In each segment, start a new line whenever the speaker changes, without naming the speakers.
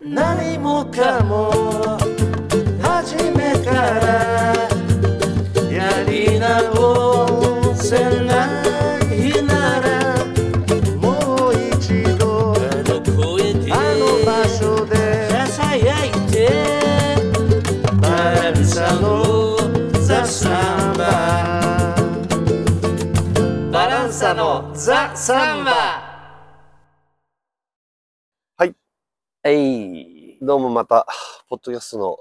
何もかも初めからやり直せないならもう一度
あの声で
あの場所で
ささやいて
バランサのザ・サンバ
バランサのザ・サンバ
はい。
どうもまたポッドキャストの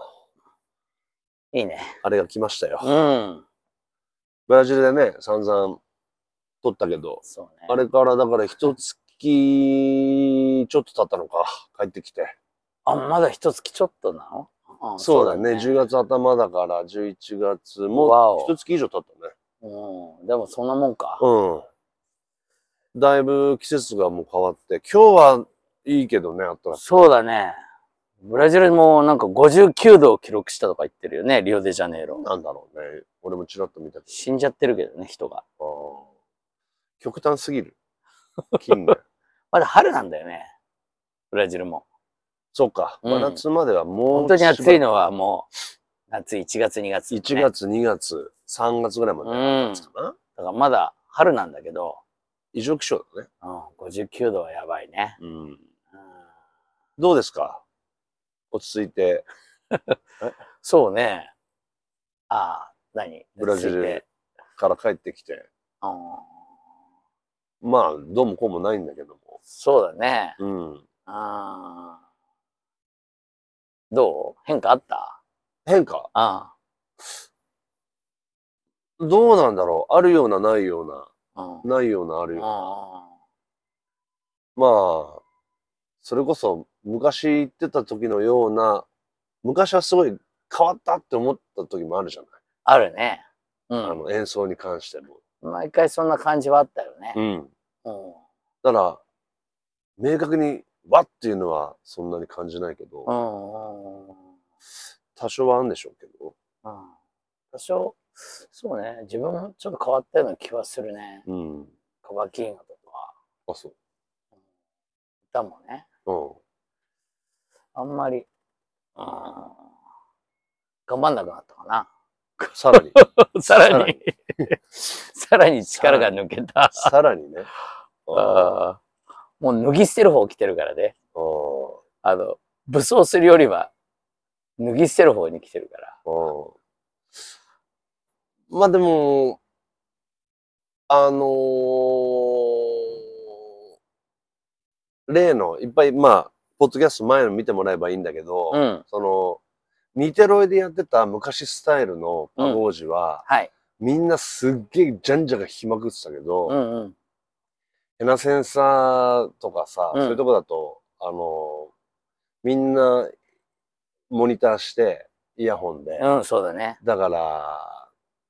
いいね。
あれが来ましたよ
うん。
ブラジルでね散々撮ったけど
そうね。
あれからだから一月ちょっと経ったのか帰ってきて
あ、まだ一月ちょっとなのあ
そうだね10月頭だから11月
わ
も
お
う一月以上経ったね
うん。でもそんなもんか。
うんだいぶ季節がもう変わって今日はいいけどねあったかくて
そうだね。ブラジルもなんか59度を記録したとか言ってるよね、リオデジャネイロ。
なんだろうね俺もちらっと見たけ
死んじゃってるけどね、人が。
どあー極端すぎる近 年
まだ春なんだよね。ブラジルも。
そうか
うん
真夏まではもう
本当に暑い
の
のはもう、夏1月2月、ね。
1。月2月3月ぐらいまで
う
だ
ん。だ
な
からまだ春なんだけど、
異常気象だね
うん、59度はやばいね。
うん
うん
どうですか落ち着いて
そうね。ああ、何
ブラジル
続いて
から帰ってきて
うん。
まあどうもこうもないんだけども
そうだね。
うん
あーどう変化あった
変化
あ
どうなんだろうあるようなないよう
あ。うん。
なないようなあるような
あ
まあそれこそ昔行ってた時のような昔はすごい変わったって思った時もあるじゃない、
ああるね。う
あの演奏に関しても
ん。毎回そんな感じはあったよね。
ん
うん。
だから明確にわっていうのはそんなに感じないけど、
うん。うん。
多少はあるんでしょうけど、
うん多少、そうね。自分もちょっと変わったような気はするね。
うん、
カバキーノとか、
あそ
歌もね。
ううん
あんまり、うん。頑張んなくなったかな。
さ らに、
さ
らに、
さらに力が抜けた。
さらにね。あー
あーもう脱ぎ捨てる方来てるからね。
あー
あの、武装するよりは、脱ぎ捨てる方に来てるから。
あーまあでも、あのー例の、いっぱい、まあ、ポッドキャスト前の見てもらえばいいんだけど、
うん。
その、ニテロイでやってた昔スタイルのパゴージは、
はい。
みんなすっげえジャンジャが弾きまくってたけど、
うんうん。
ヘナセンサーとかさ、
うん
そういうとこだと、あの、みんなモニターして、イヤホンで。
うん、そうだね。
だから、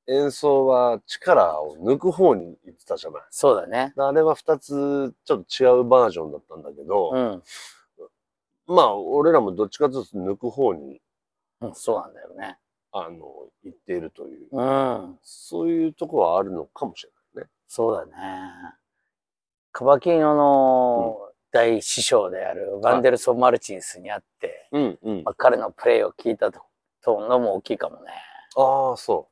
演奏は力を抜く方に行ってたじゃない。
そうだね。
あれは2つちょっと違うバージョンだったんだけ
う
ど、
ん。
まあ、俺らもどっちかというと抜く方に、
うん、そうなんだよね。
あの、行っているという、
うん。
そういうとこはあるのかもしれないね。
そうだね。カバキーノの大師匠であるバンデルソン・マルチンスに会って、
うんうん
ま。あ、彼のプレイを聞いたと、とのも大きいかもね。
ああ、そ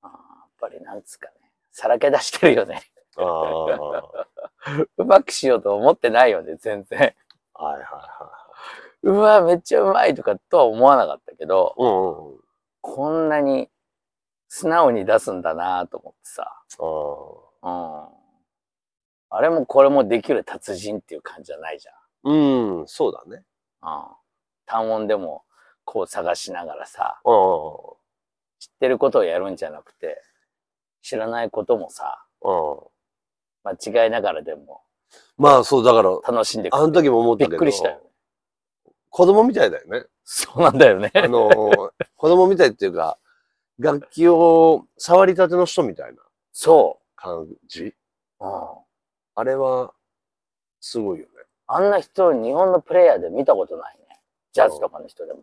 あーやっぱりなんつうかね。さらけ出してるよね。
う。ああ、は
うまくしようと思ってないよね、全然。
いはいは
うわ、めっちゃうまいとかとは思わなかったけど、
い。うんうんうん。
こんなに素直に出すんだなと思ってさ。
ああ。
うん。あれもこれもできる達人っていう感じじゃないじ
うん、そうだね。
ゃん。うん。単音でもこう探しながらさ、
ああ、
知ってることをやるんじゃなくて、知らないこともさ、
ああ。
間違いながらでも
まあそう、だから、
楽しんでく
あの時も思ったけど、
びっくりしたよね。
子供みたいだ よね。
そうなんだよね。
あのー、子供みたいっていうか、楽器を触りたての人みたいな
そ
感じ。
う。うん。
あれは、すごいよね。
あんな人、日本のプレイヤーで見たことないね。ジャズとかの人でも。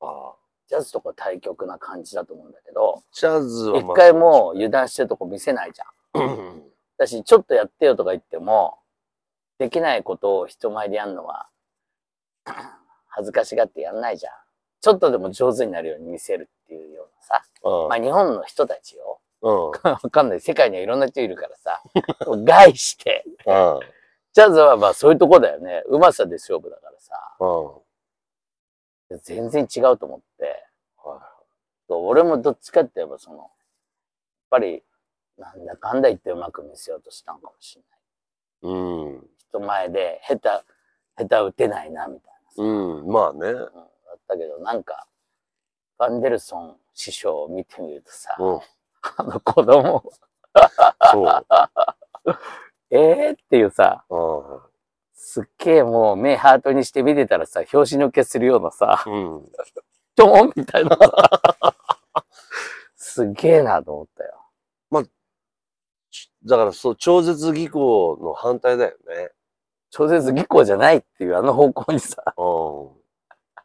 ああ。
ジャズとか対極な感じだと思うんだけど、
ジャズは、
一回もう油断してるとこ見せないじゃん。
うん、
だし、ちょっとやってよとか言っても、できないことを人前でやるのは、 恥ずかしがってやんないじゃん。ちょっとでも上手になるように見せるっていうようなさ。
うん
まあ日本の人たちを、
う
わ
ん。
かんない。世界にはいろんな人いるからさ。害して。
うん。
ジャズはまあそういうとこだよね。うまさで勝負だからさ。
うん。
全然違うと思って。俺もどっちかって言えばその、やっぱり、なんだかんだ言ってうまく見せようとしたのかもしれない。
うん。
人前で下手、下手打てないな、みたいなさ。
うん。まあね。
うん、だったけど、なんか、ファンデルソン師匠を見てみるとさ、
うん。
あの子供、
そう。
えーっていうさ、
うん。
すっげえもう目ハートにして見てたらさ、拍子抜けするようなさ、
うん。
ちょんみたいなさ、 すげえなと思ったよ。
だからそう、超絶技巧の反対だよね。
超絶技巧じゃないっていうあの方向にさ、
うん。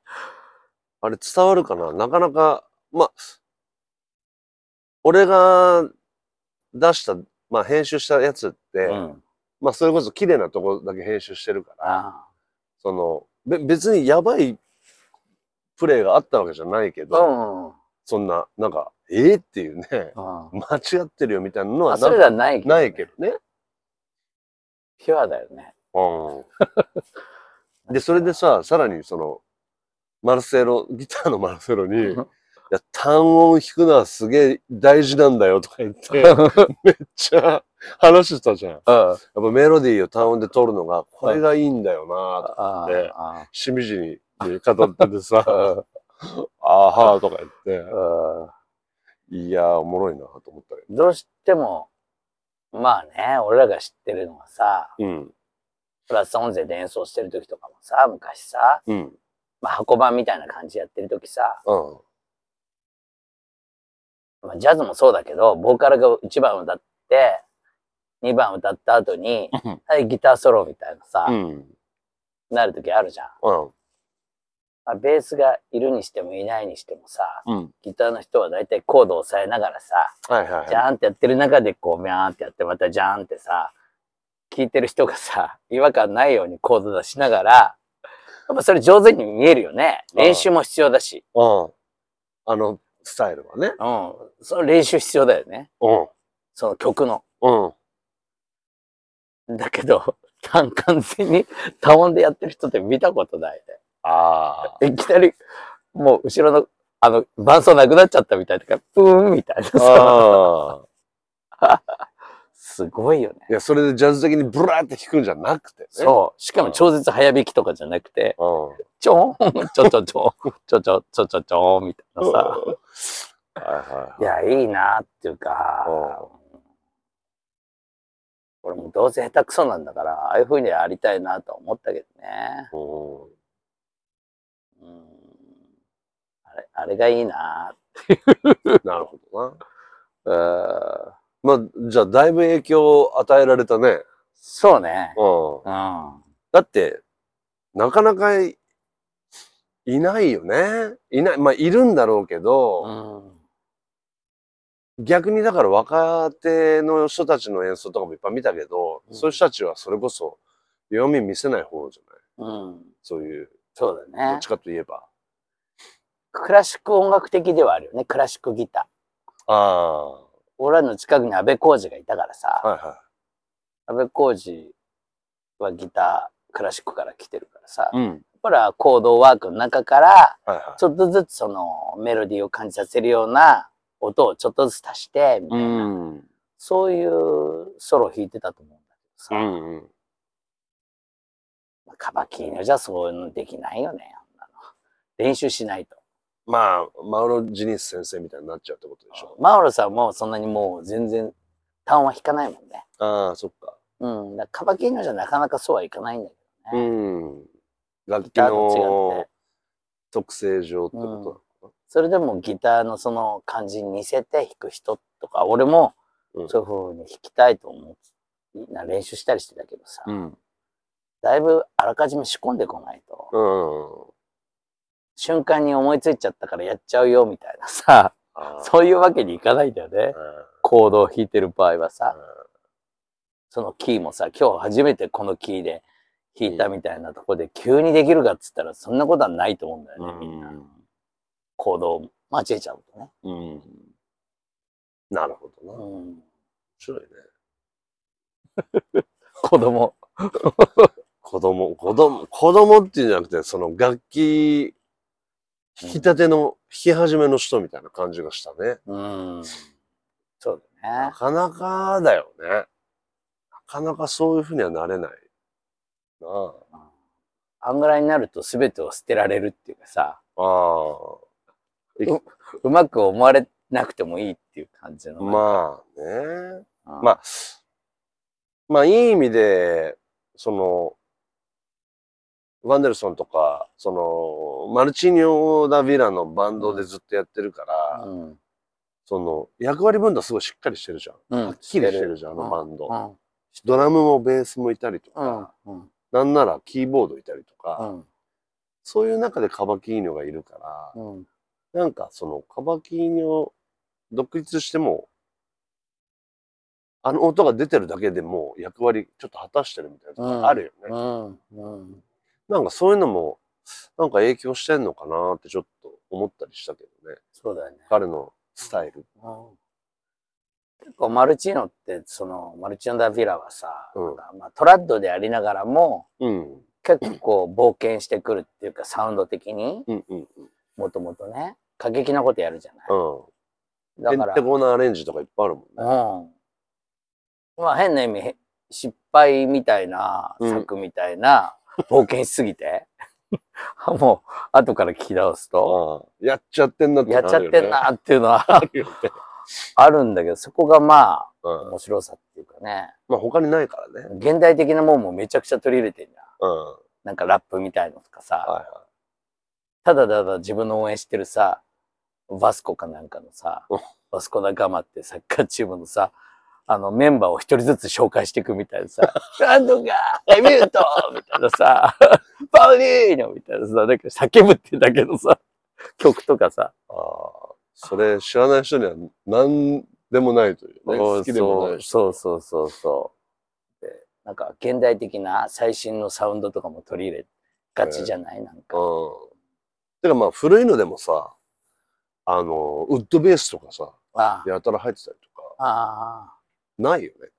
あれ伝わるかななかなか、まあ、俺が出した、まあ編集したやつって、
うん。
まあそれこそ綺麗なとこだけ編集してるから、
あ
その、べ別にやばいプレイがあったわけじゃないけ
あ。
ど、
うん。うん
そんな、なんか、ええっていうね、
ま
間違ってるよみたいなのは
あ、
な
それらないけど、
ないけどね。
ピュアだよね。
うん。で、それでさ、さらにその、マルセロ、ギターのマルセロに、いや、単音弾くのはすげえ大事なんだよとか言って、 めっちゃ話したじゃん。やっ
うん。
ぱメロディーを単音で取るのが、これがいいんだよなと
あ
で
あ
しみじみ語っててさ、あーはーとか言って、
あ
いやー、おもろいなと思ったけ
うんどうしても、まあね、俺らが知ってるのはさ、
ど。うん。
プラス音声で演奏してる時とかもさ、昔さ、
うん。うん。
まあ箱番みたいな感じやってる時さ、まあ、ジャズもそうだけど、ボーカルが1番歌って、2番歌った後に、
うん
はい、ギターソロみたいなさ、
うん。
なる時あるじゃん。
うん。
まあ、ベースがいるにしてもいないにしてもさ、
うん。
ギターの人はだいたいコードを押さえながらさ、
はいはいはい。
じゃーんってやってる中でこう、みゃーんってやって、またじゃーんってさ、聞いてる人がさ、違和感ないようにコード出しながら、やっぱそれ上手に見えるよね。
ああ
練習も必要だし。
うん。あの、スタイルはね。
うん。その練習必要だよね。
うん。
その曲の。
うん。
だけど、単完全に単音でやってる人って見たことない
あ
ね。いきなり、もう後ろの、あの、伴奏なくなっちゃったみたいとか、プーンみたいな
あ。
さ、
ああ。
すごいよね。
いや、それでジャズ的にブラーって弾くんじゃなくてね。
そう。しかも超絶早弾きとかじゃなくて、
う。
ちょーん、 ちょちょちょ、ちょちょちょちょちょみたい
うん。
なさ。
はいはいいはい。
や、いいなっていうか
う、
俺もどうせ下手くそなんだから、ああいう風にありたいなとは思ったけどね。
う
う
ん
ん、あれあれがいいな
なるほど
うん
な。まあ、じゃあ、だいぶ影響を与えられたね。
そうね。
うん。
うん。
だって、なかなかいいないよね。いない。まあ、いるんだろうけど、
うん、
逆にだから若手の人たちの演奏とかもいっぱい見たけど、
うん
そういう人たちはそれこそ弱み見せない方じゃない
うん、
そういう、
そう
ど
だ
っ
ね。
ちかといえば。
クラシック音楽的ではあるよね。クラシックギター。
あ
俺らの近くに安倍浩二がいたからさ
あ、、はいは
安倍浩二はギター、クラシックから来てるからさ、
い。うん。
ほら、コードワークの中から、
はいは
ちょっとずつそのメロディーを感じさせるような音をちょっとずつ足して、み
い。
たいな、
ん。うん
そういうソロ弾いてたと思うんだけどさ、
うん。
まあカバキーニョじゃそういうのできないよね、あんなの。練習しないと。
まあ、マウロ・ジニス先生みたいになっちゃうってことでしょ。
マオロさんもそんなにもう全然単は弾かないもんね。
ああ、そっか。
うん、だからカバキーニョじゃなかなかそうはいかないんだけ
うん。楽器
ギターと違っ
の
て
特性上ってこ
それでもギターのその感じに似せて弾く人とか、俺も
うん
そういう風に弾きたいと思う。な練習したりしてたけどさ、
となのか
だいぶあらかじめ仕込んでこないと、
なうん。うん。
瞬間に思いついちゃったからやっちゃうよみたいなさ、
ああ
そういうわけにいかないんだよね。コードを弾いてる場合はさ、そのキーもさ、今日初めてこのキーで弾いたみたいなとこで急にできるかっつったらそんなことはないと思うんだよね、みんな。行動を間違えちゃうとね。
うん。うん。なるほどな。面
うん、
白いね。
子供。
子供、子供、子供っていうんじゃなくて、その楽器、弾きたての、弾き始めの人みたいな感じがしたね。
うん。そうだ
な
ね。
かなかだよね。なかなかそういうふうにはなれない。なあ。
あんぐらいになると全てを捨てられるっていうかさ、
ああ。
うまく思われなくてもいいっていう感じの。
まあね。
あ
まあ、まあいい意味で、その、ワンデルソンとか、その、マルチーニョ・ダ・ヴィラのバンドでずっとやってるから、
うん。
その、役割分担すごいしっかりしてるじゃん。
うん。
はっきりしてるじゃん、あのバンド。
うん。
ドラムもベースもいたりと
う
か、
ん。うん。
なんならキーボードいたりと
う
か、
ん。
そういう中でカバキーニョがいるから、
うん。
なんかそのカバキーニョ独立しても、あの音が出てるだけでもう役割ちょっと果たしてるみたいなとこあるよね。
うん。うん。
なんかそういうのも、なんか影響してんのかなってちょっと思ったりしたけどね。
そうだよね。
彼のスタイル。
うん結構マルチーノって、その、マルチーノ・ダ・ヴィラはさ、
うん
なんかまあ、トラッドでありながらも、
うん。
結構冒険してくるっていうか、サウンド的に、
うんうん
もともとね、過激なことやるじゃない。
うん。
だ
へ
か
ん
ら、
てこなアレンジとかいっぱいあるもんね。
うん。まあ変な意味、へ失敗みたいな、
うん
作みたいな、冒険しすぎて、もう、後から聞き直すと、
うんやっちゃってんなって
やっちゃってん
な
なーっていうのは
るよね。あるよね
あるんだけど、そこがま
う
あ、
ん
面白さっていうかね、
まあ他にないからね。
現代的なもんもめちゃくちゃ取り入れてんじゃん。
うん。は
なんかラップみたいのとか
い
さ、
はい。
ただただ自分の応援してるさ、バスコかなんかのさ
うん、
バスコ仲間ってサッカーチームのさ、あのメンバーを一人ずつ紹介していくみたいなさ、なんとか、エミュートみたいなさ、パウリーノみたいなさ、なんか叫ぶってだけのさ、曲とかさ、
ああ、それ知らない人には何でもないというね。好きでもないし。
そうそうそうそう。でなんか現代的な最新のサウンドとかも取り入れがちじゃないなんか。
うん。てかまあ古いのでもさ、あの、ウッドベースとかさ、
あ
やたら入ってたりとか、
あ
ないよね。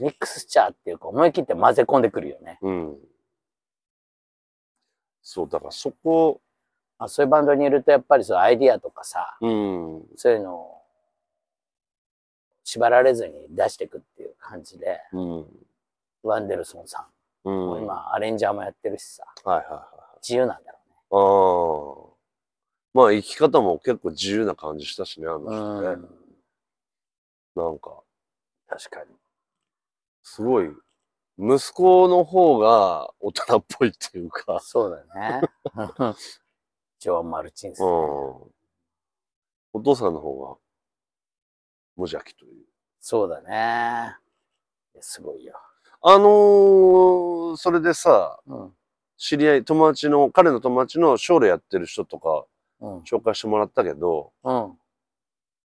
ー、ミックスチャーっていうか思い切って混ぜ込んでくるよね。
うん。そう、だからそこ、
あ、そういうバンドにいるとやっぱりそうアイディアとかさ、
うん。うん。
そういうのを縛られずに出していくっていう感じで、
うん。
ワンデルソンさんも
はい
今アレンジャーもやってるしさ、
はいはい。
自由なんだろ
ああ。まあ生き方も結構自由な感じしたしね、あの
うね。
人ね。なんか、
確かに。
すごい、息子の方が大人っぽいっていうか、
そうだね。 ジョアン・マルチンス
うん。。お父さんの方が、無邪気という。
そうだね。いやすごいよ。
あのー、それでさ、
うん。
知り合い、友達の、彼の友達のショールやってる人とか
うん。
紹介してもらったけど、
うん。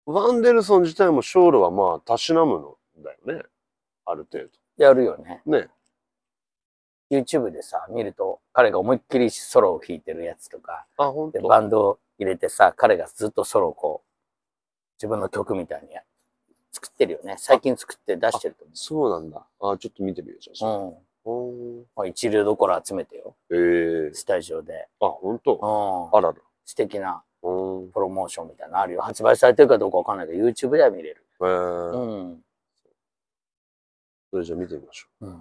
ワンデルソン自体もショールはまあ、たしなむのだよね。ある程
やるよね。
度。ね。
YouTube でさ、見ると、彼が思いっきりソロを弾いてるやつとか、
あ、ほん
で
と。
バンドを入れてさ彼がずっとソロをこう自分の曲みたいにや作ってるよね最近作って出してると
そうなんだ。あ、ちょっと見てみよう。じゃあそれ
思う、うん
ほー
まあ、一流どころ集めてよ
ええ
スタジオで、
あ、ほんと。
うん、
あらら。
素敵な
うん。へ
プロモーションみたいなのあるよ発売されてるかどうかわかんないけど YouTube では見れる
え
うん、
それじゃあ見てみましょ
うん
う。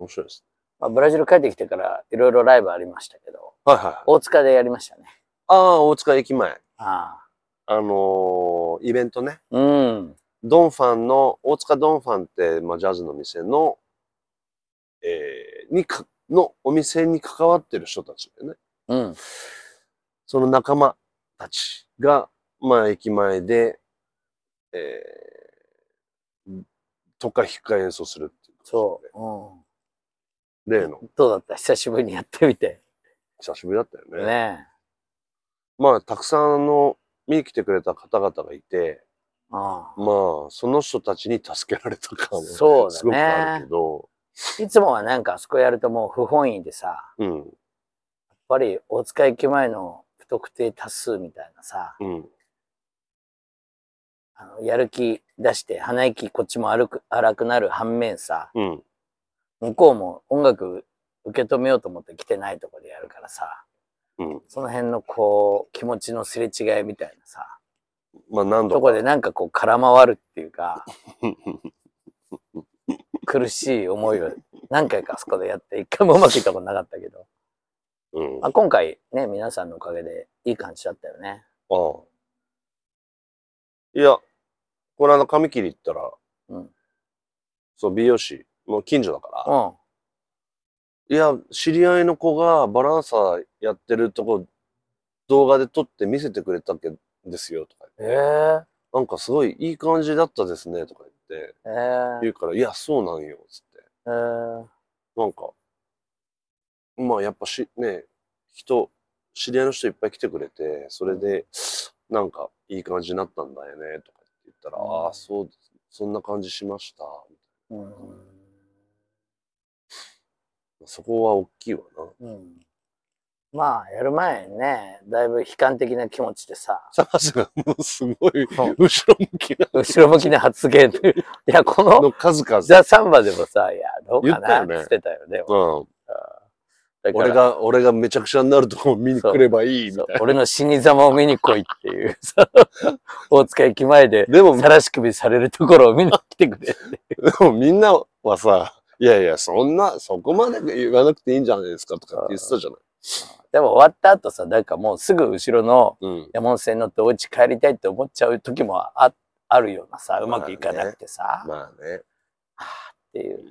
面白いですね。
まあ、ブラジル帰ってきてからいろいろライブありましたけど
はいはいはい。
大塚でやりましたね
ああ、大塚駅前。
ああ
あのーイベントね。
うん
ドンファンの、大塚ドンファンって、まあ、ジャズの店の、えーにか、のお店に関わってる人たちだよね。
うん
その仲間たちが、まあ、駅前で、えー、とか引っか演奏するっていう、
そう、うん、
う。例の、
どうだった久しぶりにやってみて
久しぶりだったよね。
ね
まあ、たくさんの、見に来てくれた方々がいて、
うん
まあ、その人たちに助けられた感は
そうだね
すごくあるけど、
いつもはなんかあそこやるともう不本意でさ、やっ
うん。
ぱり大塚駅前の不特定多数みたいなさ、
うん。
あのやる気出して鼻息こっちも荒く荒くなる反面さ、
うん。
向こうも音楽受け止めようと思って来てないとこでやるからさ、
うん。
その辺のこう気持ちのすれ違いみたいなさ、
まあ何
と
度か
こ。でなんかこう空回るっていうか、
うんうん
苦しい思いを何回かあそこでやって、一回もうまくいったことなかったけ ど、
うん。
まあ、今回ね、皆さんのおかげでいい感じだったよね。
ああ。いや、この間髪切り行ったら、
うん
そう、美容師、もう近所だから、
うん。
いや、知り合いの子がバランサーやってるとこ、動画で撮って見せてくれたんですよ、とか
え
言って、なんかすごいいい感じだったですね、とか言って、
えー、え
言うから、いや、そうなんよ、つって。
えー、
なんか、まあやっぱし、ね、人、知り合いの人いっぱい来てくれて、それで、なんかいい感じになったんだよね、とかって言ったら、
うん
ああ、そう、そんな感じしました。
うん。
そこは大きいわな。
うん。まあ、やる前にね、だいぶ悲観的な気持ちで さ、
高橋がもうすごい
ん
後ろ向きな
後ろ向きな発言という。いや、この、
の数々。
ザ・サンバでもさ、いや、どうかなっ
言ったよね
つってたよね。
うん、
だから
俺、が、俺がめちゃくちゃになるとこ見に来ればいいみ
そ
た
う
いな。
俺の死に様を見に来いっていう、さ大塚駅前で、
でも、で
さらし首されるところを見に来てくれ。
もみんなはさ、いやいや、そんな、そこまで言わなくていいんじゃないですかとかって言ってたじゃない。
でも終わった後さ、なんかもうすぐ後ろの
うん。
山本線に乗ってお家帰りたいって思っちゃう時もああるようなさ、うまくいかなくてさ、
まあね。
っていう。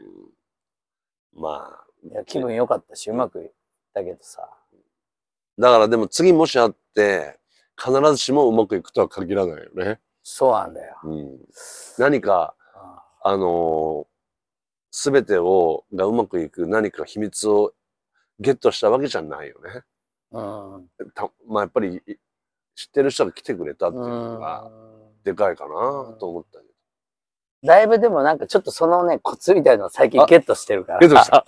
うんまあ、
いや気分良かったし、うまくいったけどさ。
だからでも次もし会って、必ずしもうまくいくとは限らないよね。
そうなんだよ。
うん、何か、あのすべてを、がうまくいく何か秘密をゲットしたわけじゃないよね。
うん。うん。
たまあやっぱり、い知ってる人が来てくれたっていうのが、でかいかなと思ったけ
だいぶでもなんかちょっとそのね、コツみたいなのを最近
あ
ゲットしてるから。
ど。ゲットした。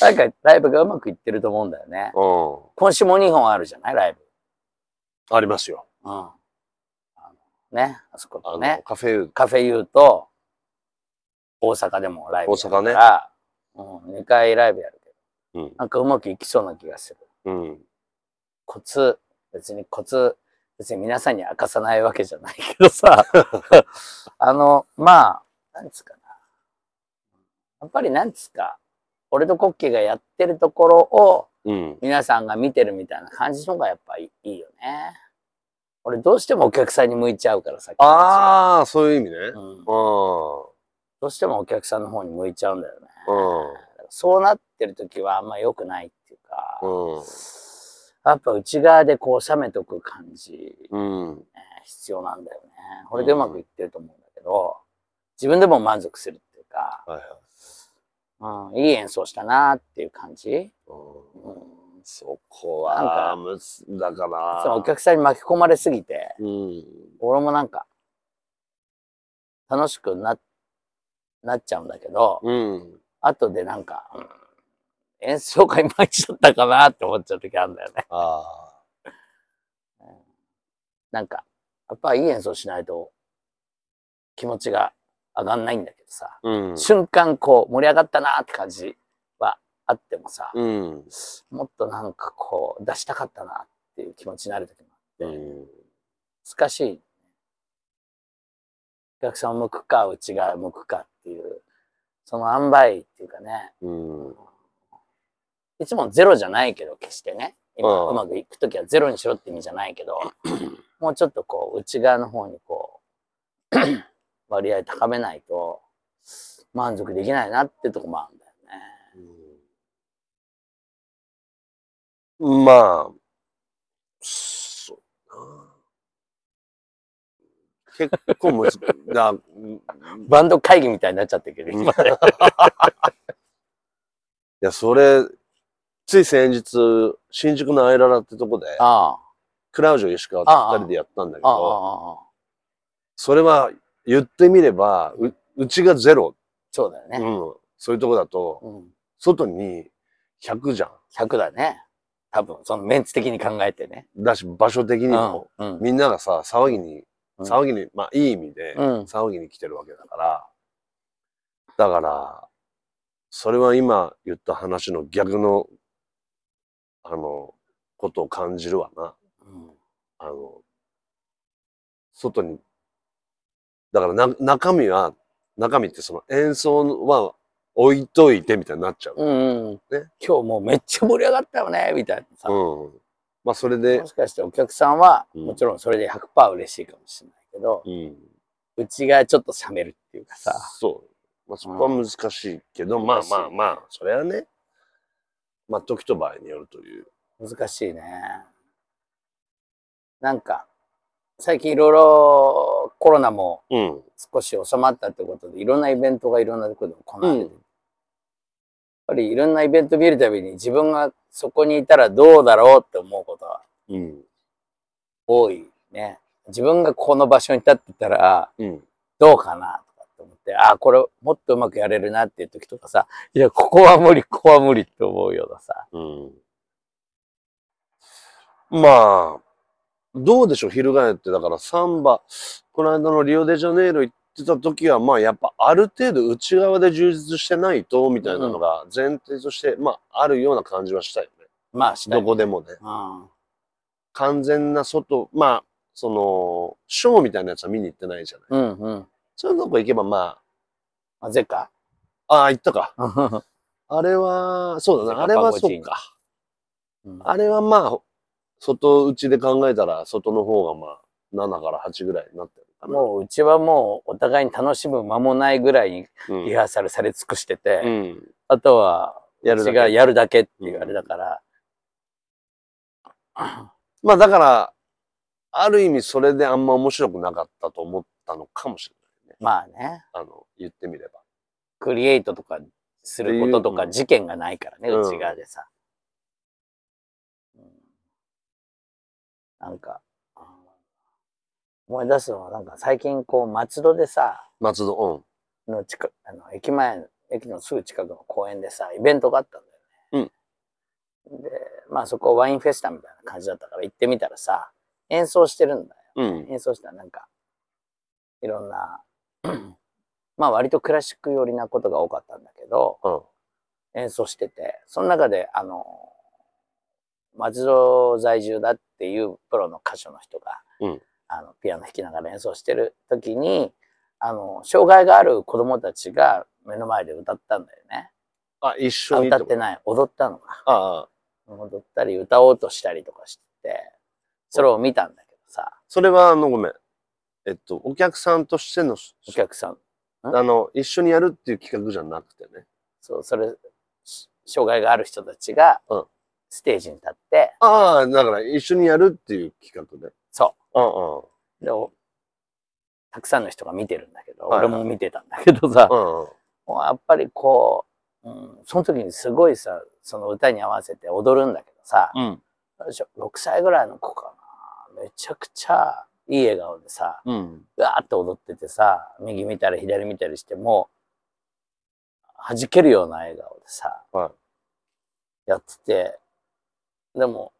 なんかライブがうまくいってると思うんだよ ね。
う
今週も2本あるじゃないライ
ん。ありますよ。
ブ。うん。あのね、あそこ
あ
と
の、
ね。
カフェウ
カフェユーと、大阪でもライブ
大阪ね
だ。から。うん、2回ライブやるけど。
うん
なんかうまくいきそうな気がする。
うん。
コツ、別にコツ、別に皆さんに明かさないわけじゃないけど さ、あの、まあ、なんつうかな。やっぱりなんつうか、俺とコッキーがやってるところを
うん。
皆さんが見てるみたいな感じの方がやっぱいいいいよね。俺どうしてもお客さんに向いちゃうからさ。
ああ、そういう意味ね。
気持ちがうん
う
どうしてもお客さんの方に向いちゃうんだよね。
ん。うん。
そうなってる時はあんま良くないっていうか、
う
やっぱ内側でこう冷めとく感じ
ん。うん。
必要なんだよね。これでうまくいってると思うんだけど、自分でも満足するっていうか、
はいはい。
うん、いい演奏したなっていう感じ。
うん
うん、い
そこ
な
は、
ん
むすだから。
つもお客さんに巻き込まれすぎて、
うん。
俺もなんか、楽しくな、なっちゃうんだけど、
うん。
後でなんか、うん演奏がいまいちだったかなって思っちゃう時あるんだよね。
あ
なんか、やっぱいい演奏しないと気持ちが上がんないんだけどさ。
あ。うん。
瞬間こう盛り上がったなって感じはあってもさ、
うん。
もっとなんかこう出したかったなっていう気持ちになる時もあ
う
って、
ん。
難しい。お客さんを向くか、内側を向くかっていう、その塩梅っていうかね、
うん。
いつもゼロじゃないけど、決してね、今
うん
うまくいく時はゼロにしろって意味じゃない けど、もうちょっとこう内側の方にこう、 割合高めないと満足できないなってとこもあるんだよね。
うんまあ、そうだな。結構むず、だ、うんい
バンド会議みたいになっちゃってるけど、 今ね。
や、それ、つい先日、新宿のアイララってとこで、
あ
クラウジョ石川と二人でやったんだけ
あ、ああ、
ど、
ああ、
それは言ってみれば、ううちがゼロ、
そうだよ
う
ね。
ん、そういうとこだと、
うん。
外に100じゃ
100だね。多分、そのメンツ的に考えてね。
ん。だし、場所的に
う
も、
ん。
みんながさ、騒ぎに、
うん
騒ぎに、まあいい意味で、
うん。
騒ぎに来てるわけだから、だから、それは今言った話の逆の、あの、ことを感じるわな。あの、外に、だからな、中身は、中身ってその演奏は置いといてみたいになっちゃう。
うん。うん。
ね
今日もうめっちゃ盛り上がったよね、みたいなさ。
うん。まあそれで
も、しかしてお客さんは、
うん
もちろんそれで100%嬉しいかもしれないけど、
うん。
うちがちょっと冷めるっていうかさ。
そう。まあそこは難しいけど、まあまあまあ、それはね、まあ時と場合によるという。
難しいね。なんか、最近いろいろコロナも
うん。
少し収まったってことで、いろんなイベントがいろんなところで行われてる。
うん
やっぱりいろんなイベント見るたびに自分がそこにいたらどうだろうって思うことは
うん。
多いね。自分がこの場所に立ってたら
うん。
どうかなとかって思って、ああ、これもっとうまくやれるなっていう時とかさ、いや、ここは無理、ここは無理って思うようなさ。
うん。まあ、どうでしょう、翻って。だから、サンバ、この間のリオデジャネイロ行ってた時は、まあ、やっぱある程度内側で充実してないと、みたいなのが前提として、まあ、あるような感じはしたよね。
まあ、したい
どこでもね。
うん。
完全な外、まあ、その、ショーみたいなやつは見に行ってないじゃない。
うんうん。
そういうとこ行けば、ま
あ、ぜ か
あ、ああ、行ったか。あれは、そうだな、あれは
パ
そ
ン
う
ゴ
か。
うん
あれはまあ、外打ちで考えたら、外の方がまあ、7から8ぐらいになってるかな。
もううちはもうお互いに楽しむ間もないぐらいに
うん
リハーサルされ尽くしてて、
うん。
あとは
や
う
るだ
ち
け
がやるだけっていううんあれだから、
まあだから、ある意味それであんま面白くなかったと思ったのかもしれ
まあね、
ない。あの、言ってみれば。
クリエイトとかすることと
う
か
ん
事件がないからね、
うん
うち側でさ。うんなんか、うん思い出すのはなんか最近こう松戸でさ、
松戸、
の近くあの駅前の駅のすぐ近くの公園でさイベントがあったんだよね。でまあそこワインフェスタみたいな感じだったから行ってみたらさ演奏してるんだよ。
うん。うん。
演奏したらなんかいろんな まあ割とクラシック寄りなことが多かったんだけど
うん。
演奏しててその中であの松戸在住だっていうプロの歌手の人が、
うん
あのピアノ弾きながら演奏してる時にあの障害がある子供たちが目の前で歌ったんだよね。
あ、一
あ
緒に
歌って
い。
ない踊ったのか。
ああ。
踊ったり歌おうとしたりとかしててそれを見たんだけどさ
それは、あの、ごめん。えっと、お客さんとしての、
お客さん
あの、一緒にやるっていう企画じゃなくてね。
そうそれし障害がある人たちが
うん
ステージに立って、
ああ、だから一緒にやるっていう企画で。
そう
うんうん。
でおたくさんの人が見てるんだけど、
はいはい
俺も見てたんだけどさ、
うんうん。
もうやっぱりこう、うん、その時にすごいさその歌に合わせて踊るんだけどさ、
うん
6歳ぐらいの子かなめちゃくちゃいい笑顔でさ
うん。
うわーって踊っててさ右見たり左見たりしても弾けるような笑顔でさ、
は
やっててでも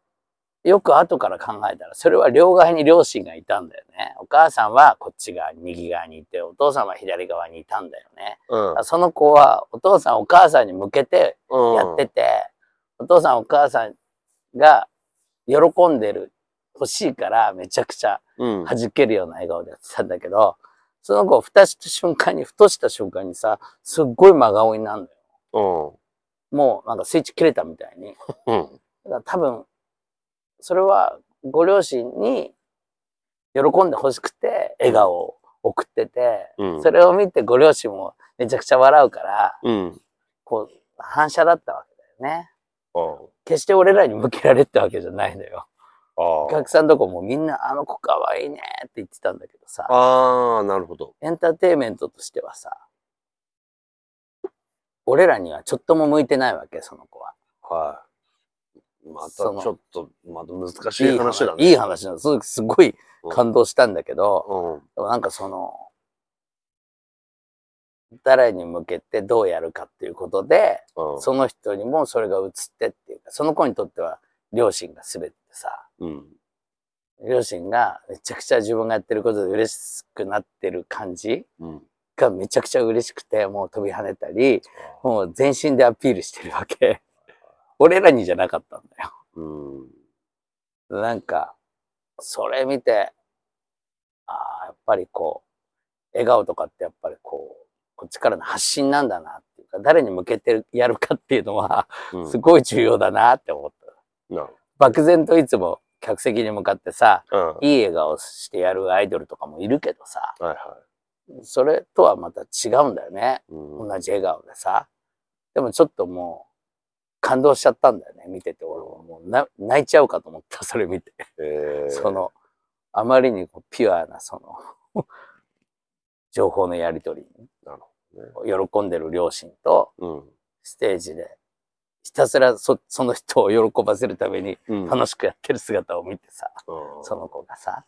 よく後から考えたらそれは両側に両親がいたんだよねお母さんはこっち側右側にいてお父さんは左側にいたんだよね
うん。
その子はお父さんお母さんに向けて
うん
やってて、お父さんお母さんが喜んでる欲しいからめちゃくちゃ
うん。
弾けるような笑顔でやってたんだけど、その子、蓋した瞬間に、ふとした瞬間にさ、すっごい真顔になるのよ。
うん。
もうなんかスイッチ切れたみたいに。
うん。
だから多分、それはご両親に喜んでほしくて、笑顔を送ってて、
うん
それを見てご両親もめちゃくちゃ笑うから、
うん。
こう、反射だったわけだよね。
あ
決して俺らに向けられてたわけじゃないのよ。お
あ。
客さんとこもみんな、あの子かわいいねって言ってたんだけどさ。
ああ、なるほど。
エンターテインメントとしてはさ、俺らにはちょっとも向いてないわけ、その子は。
はい。またち
その
ょっと、また難し
い
い
い
話
話
だね。
いい話なの。すごいすごい感動したんだけど、
うん。
でもなんかその、誰に向けてどうやるかっていうことで、
うん
その人にもそれが移ってっていうか、その子にとっては両親が全てさ、
うん。
両親がめちゃくちゃ自分がやってることで嬉しくなってる感じ
うん。
がめちゃくちゃ嬉しくて、もう飛び跳ねたり、もう全身でアピールしてるわけ。 俺らにじゃなかったんだよ。
うん。
なんか、それ見て、ああ、やっぱりこう、笑顔とかってやっぱりこう、こっちからの発信なんだなっていうか、誰に向けてやるかっていうのは、
うん
すごい重要だなって思った。
な
漠然といつも客席に向かってさ、
うん。はい
い笑顔してやるアイドルとかもいるけどさ、
はい。
それとはまた違うんだよね。
うん。
同じ笑顔でさ。でもちょっともう、感動しちゃったんだよね、見てて。俺ももうな泣いちゃうかと思った、それ見て。
えー
その、あまりにこうピュアな、その、 情報のやり取りに
なる
喜んでる両親と、
うん。
ステージで、ひたすらそその人を喜ばせるために
うん
楽しくやってる姿を見てさ、
うん
その子がさ。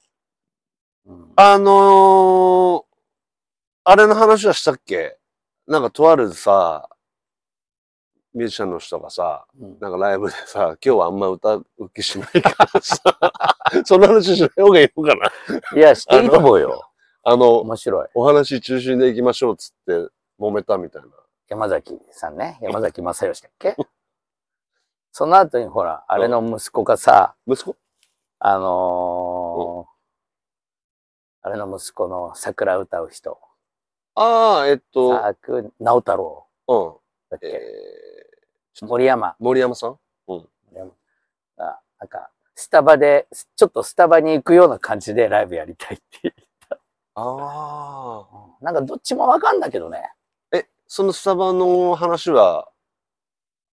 うん、
あのー、あれの話はしたっけなんかとあるさ、ミュージシャンの人がさ、
うん
なんかライブでさ、 今日はあんま歌う気しないからさ、 その話しない方がいいのかな。
いや、していいと思うよ。
あの、
面白い。
お話中心で行きましょうっつって揉めたみたいな。
山崎さんね。山崎正義だっけその後にほら、あれの息子がさ、
息子
あのー、あれの息子の桜歌う人、
ああ、えっと、
桜直太郎
うん。
だっ
えー
け、森山。
森山さん
でもあなんか、スタバで、すちょっとスタバに行くような感じでライブやりたいって。
ああ。
なんかどっちもわかんだけどね。
え、そのスタバの話は、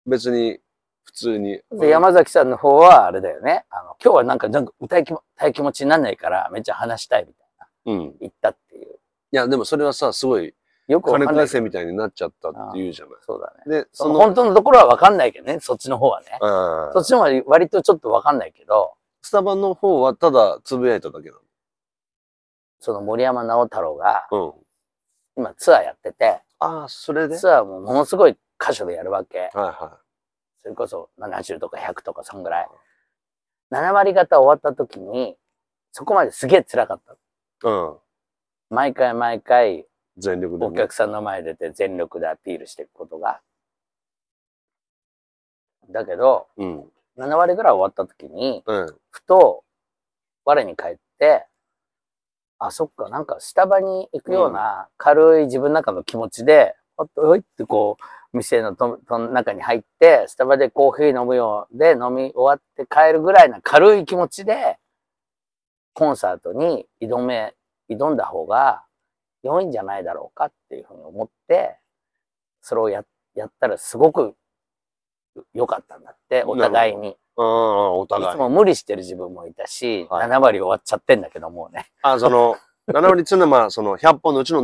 別に普通に。
で、山崎さんの方はあれだよね。あの、今日はなんか、なんか歌いきも歌い気持ちになんないから、めっちゃ話したいみたいな。
うん。い
言ったっていう。
や、でもそれはさ、すごい
よくわ
金
かんな
返
いけ
せ
ど。
みたいになっちゃったって言うじゃない。
そうだね。
で、
そ
そ
の
の、
本当のところはわかんないけどね。そっちの方はね。
うん
そっちの方は割とちょっとわかんないけど、
スタバの方はただつぶやいただけな
その森山直太朗が
の。うん。
今ツアーやってて、
ああ、それで
ツアーもものすごい箇所でやるわけ。
はいは
それこそ70とか100とかそんぐらい。7割方終わった時に、そこまですげえ辛かった。
い。うん。
毎回毎回
全力で、
お客さんの前出て全力でアピールしていくことが。だけど、
うん。
7割ぐらい終わった時に、
うん。
ふと、我に返って、あ、そっか、なんかスタバに行くような軽い自分の中の気持ちで、あっと、おいってこう、店のとと中に入って、スタバでコーヒー飲むようで飲み終わって帰るぐらいな軽い気持ちで、コンサートに挑め、挑んだ方が良いんじゃないだろうかっていうふうに思って、それをややったらすごく良かったんだって、お互いに。
ああ、お
い
互
つ
い。
も無理してる自分もいたし、
はい
7割終わっちゃってんだけどもうね、
あその、7割 つうのは、まあその、100本のうちの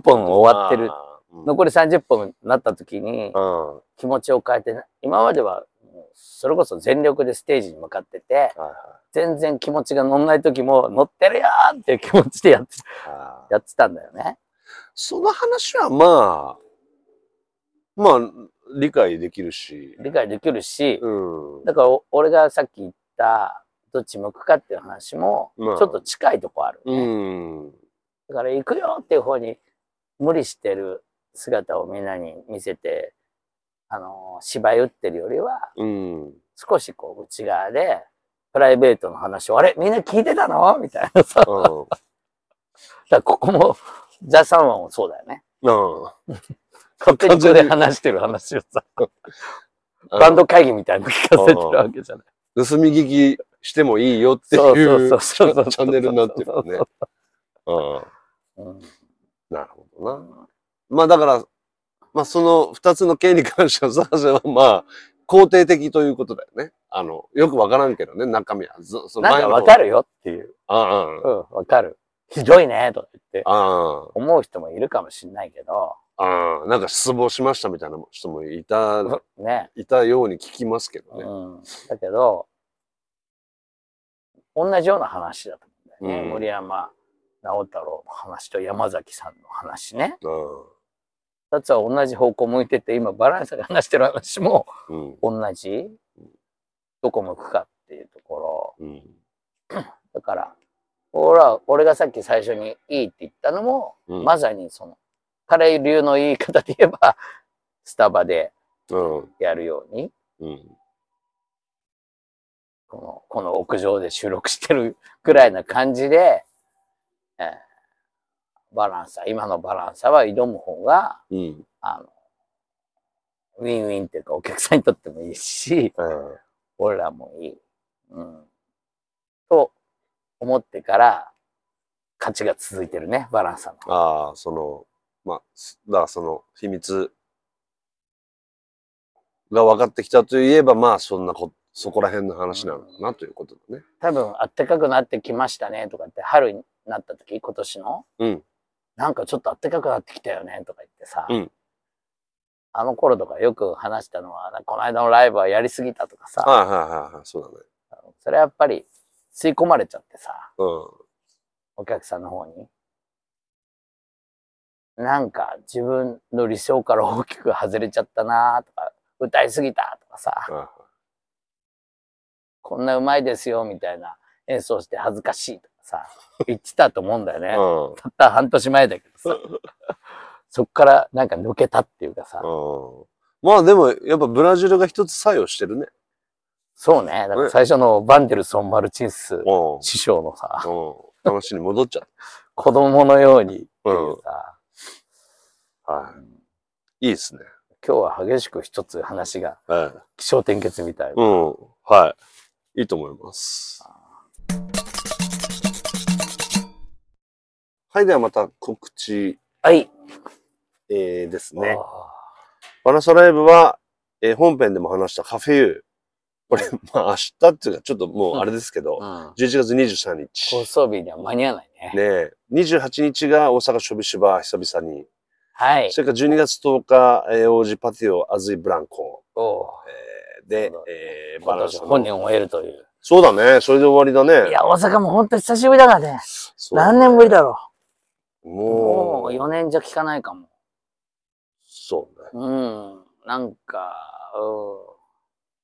70 本終わってる。
あー
残り30本になった時に
うん。うん。
気持ちを変えてな、今まではもうそれこそ全力でステージに向かってて、
はいはい。
全然気持ちが乗んない時も乗ってるよーっていう気持ちでやって、
あー
やってたんだよね。
その話はまあ、まあ、理解できるし。
理解できるし、
うん。
だからお俺がさっき言った、どっち向くかっていう話も、ち
ま
ょ
あ
っと近いとこある、ね
うん。
だから行くよっていう方に無理してる姿をみんなに見せて、あの芝居打ってるよりは、
うん。
少しこう内側で、プライベートの話を、あれみんな聞いてたのみたいなさ。だか
うん。
らここも、ザ・サンワもそうだよね。
うん。
勝手にここで話してる話をさ、 バンド会議みたいなの聞かせてるわけじゃない。
盗み聞きしてもいいよって
そう
い
そう
う
そうそうそう。
チャンネルになってるよね。うん。
うん。
なるほどな。まあだから、まあその二つの件に関しては、ザーゼはまあ、肯定的ということだよね。あの、よくわからんけどね、中身は。そその
なん
前
か
の
わかるよっていう。
ああ、
うん、わかる。ひどいね、とか言って。
あ
思う人もいるかもしんないけど、
あ、ああ、なんか失望しましたみたいな人もいた、
ね。
いたように聞きますけどね。
うん、だけど、同じような話だと思うんだよね。
うん
森山直太朗の話と山崎さんの話ね。
うん。
二つは同じ方向向いてて、今バランスが話してる話も
うん
同じ、どこ向くかっていうところ。
うん
だから、俺は、俺がさっき最初にいいって言ったのも、
うん
まさにその、彼流の言い方で言えば、スタバで
うん
やるように、
うん
この、この屋上で収録してるぐらいな感じで、えーバランサー、今のバランサーは挑む方が、
うん
あの、ウィンウィンっていうか、お客さんにとってもいいし、
うん
俺らもいい。うん。と思ってから、勝ちが続いてるね、バランサーの。
ああそのまあすだからその秘密が分かってきたといえばまあそんなこそこら辺の話なのかなということだね。
多分暖かくなってきましたねとかって春になった時今年の、
うん
なんかちょっと暖かくなってきたよねとか言ってさ、
うん
あの頃とかよく話したのはなんかこの間のライブはやりすぎたとかさ
はいはいはいはいそうだね。
それはやっぱり吸い込まれちゃってさ
うん
お客さんの方になんか自分の理想から大きく外れちゃったなとか歌いすぎたとかさ
あ
こんなうまいですよみたいな演奏して恥ずかしいとかさ言ってたと思うんだよ ね。
あ
たった半年前だけど さそっからなんか抜けたっていうかさ、
うんうんまあでもやっぱブラジルが一つ作用してるね。
そうねだから最初のバンデルソン・マルチンス
うん
師匠のさ
うん、話に戻っちゃっ
子供のようにっていうさ、
た。はい。いいですね。
今日は激しく一つ話が
はい。
気象転結みたいな、
うん。はい。いいと思います。はい。ではまた告知、
はい、
えーです
ね
ね。、バラサライブは、えー本編でも話したカフェユー。これ、まあ明日っていうか、ちょっともうあれですけど、
うん、
11月23日。
放送日には間に合わないね
ねえ、28日が大阪ショビシバ久々に。
はい
それから12月10日、えー、王子パティオアズイブランコ。
お
えーで
そうだ、
えーバ
今
ランス
年
の
本年を終えるという
そうだね。それで終わりだね。
いや大阪も本当久しぶりだからね
そう
何年ぶりだろう
も
も
う、
う4年じゃ聞かないかも
そうね。
うん、なんか、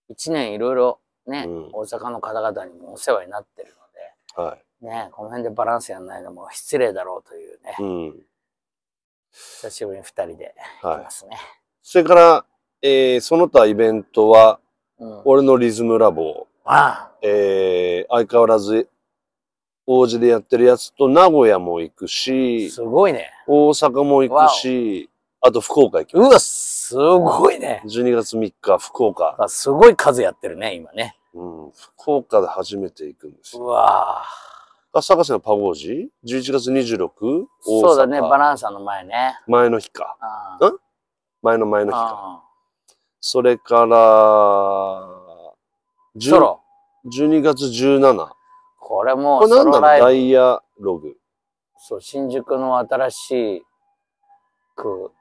うん、一年いろいろね、
うん
大阪の方々にもお世話になってる
は
ので、ね、この辺でバランスやんないのも失礼だろうというね、
い。うん。
久しぶりに二人で行き
はい。
ますね。
それから、えーその他イベントは、
うん、
俺のリズムラボ、
あ
えー相変わらず、王子でやってるやつと、名古屋も行く
あ、
し
す、ごいね。
大阪も行くし、あと福岡行き
うわ、すごいね。
ます。12月3日、福岡。
あすごい数やってるね、今ね。
うん。福岡で初めて行くんです
う
よ。
わぁ
ガス博士のパゴージ ?11 月26大阪。
そうだね、バランサの前ね。
前の日か。
あ
ん前の前の日か。
あ
それ
ー
から、
ソロ。
12月17。
これも
こ
う
れ
ソ
なん
ロ
だろう
ライブ
ダイヤログ。
そう、新宿の新しく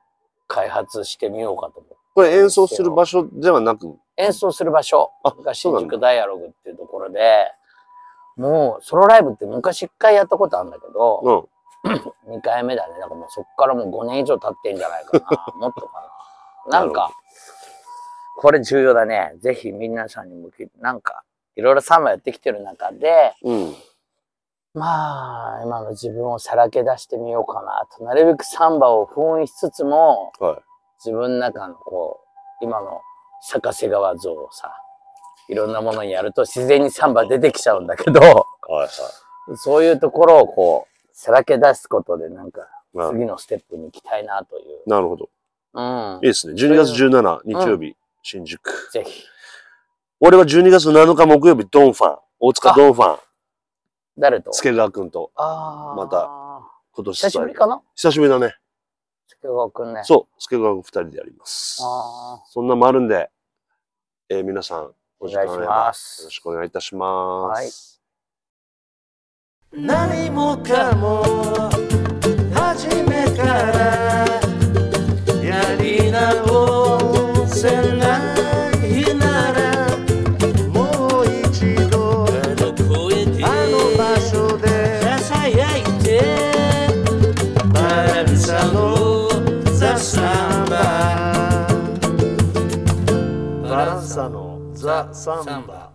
開発してみようかと思う。
これ演奏する場所ではなく、
演奏する場所
あ
が
そう
新
なんだ
宿ダイアログっていうところで、もうソロライブって昔一回やったことあるんだけど、
うん。
二2回目だね。だからもうそっからもう5年以上経ってんじゃないか な。もっとかな。なん
な
か、これ重要だね。ぜひ皆さんに向けて、なんか、いろいろサンバやってきてる中で、
うん。
まあ、今の自分をさらけ出してみようかなと。なるべくサンバを封印しつつも、
は
自分の中のこう、今の坂瀬川像をさ、いろんなものにやると自然にサンバ出てきちゃうんだけど、
い。はいはい。
そういうところをこう、さらけ出すことでなんか、
まあ
次のステップに行きたいなという。
なるほど。
うん
いい。ですね。12月17、日曜日、新宿。
ぜひ。
俺は12月7日木曜日、ドンファン。大塚ドンファン。
誰と
助川くんと、
ああ。
また。今年
久しぶりかな
久しぶりだね。
助川くんね。
そう。助川くん二人でやります。
あ
そんなもあるんで、えー皆さん、お時間あれば
お願いします
よろしくお願いいたします。
はい
何もかも初めからやり直せないならもう一度
あの声で
あの場所で
ささやいて
バランサのザ・サン
ザ・サンバ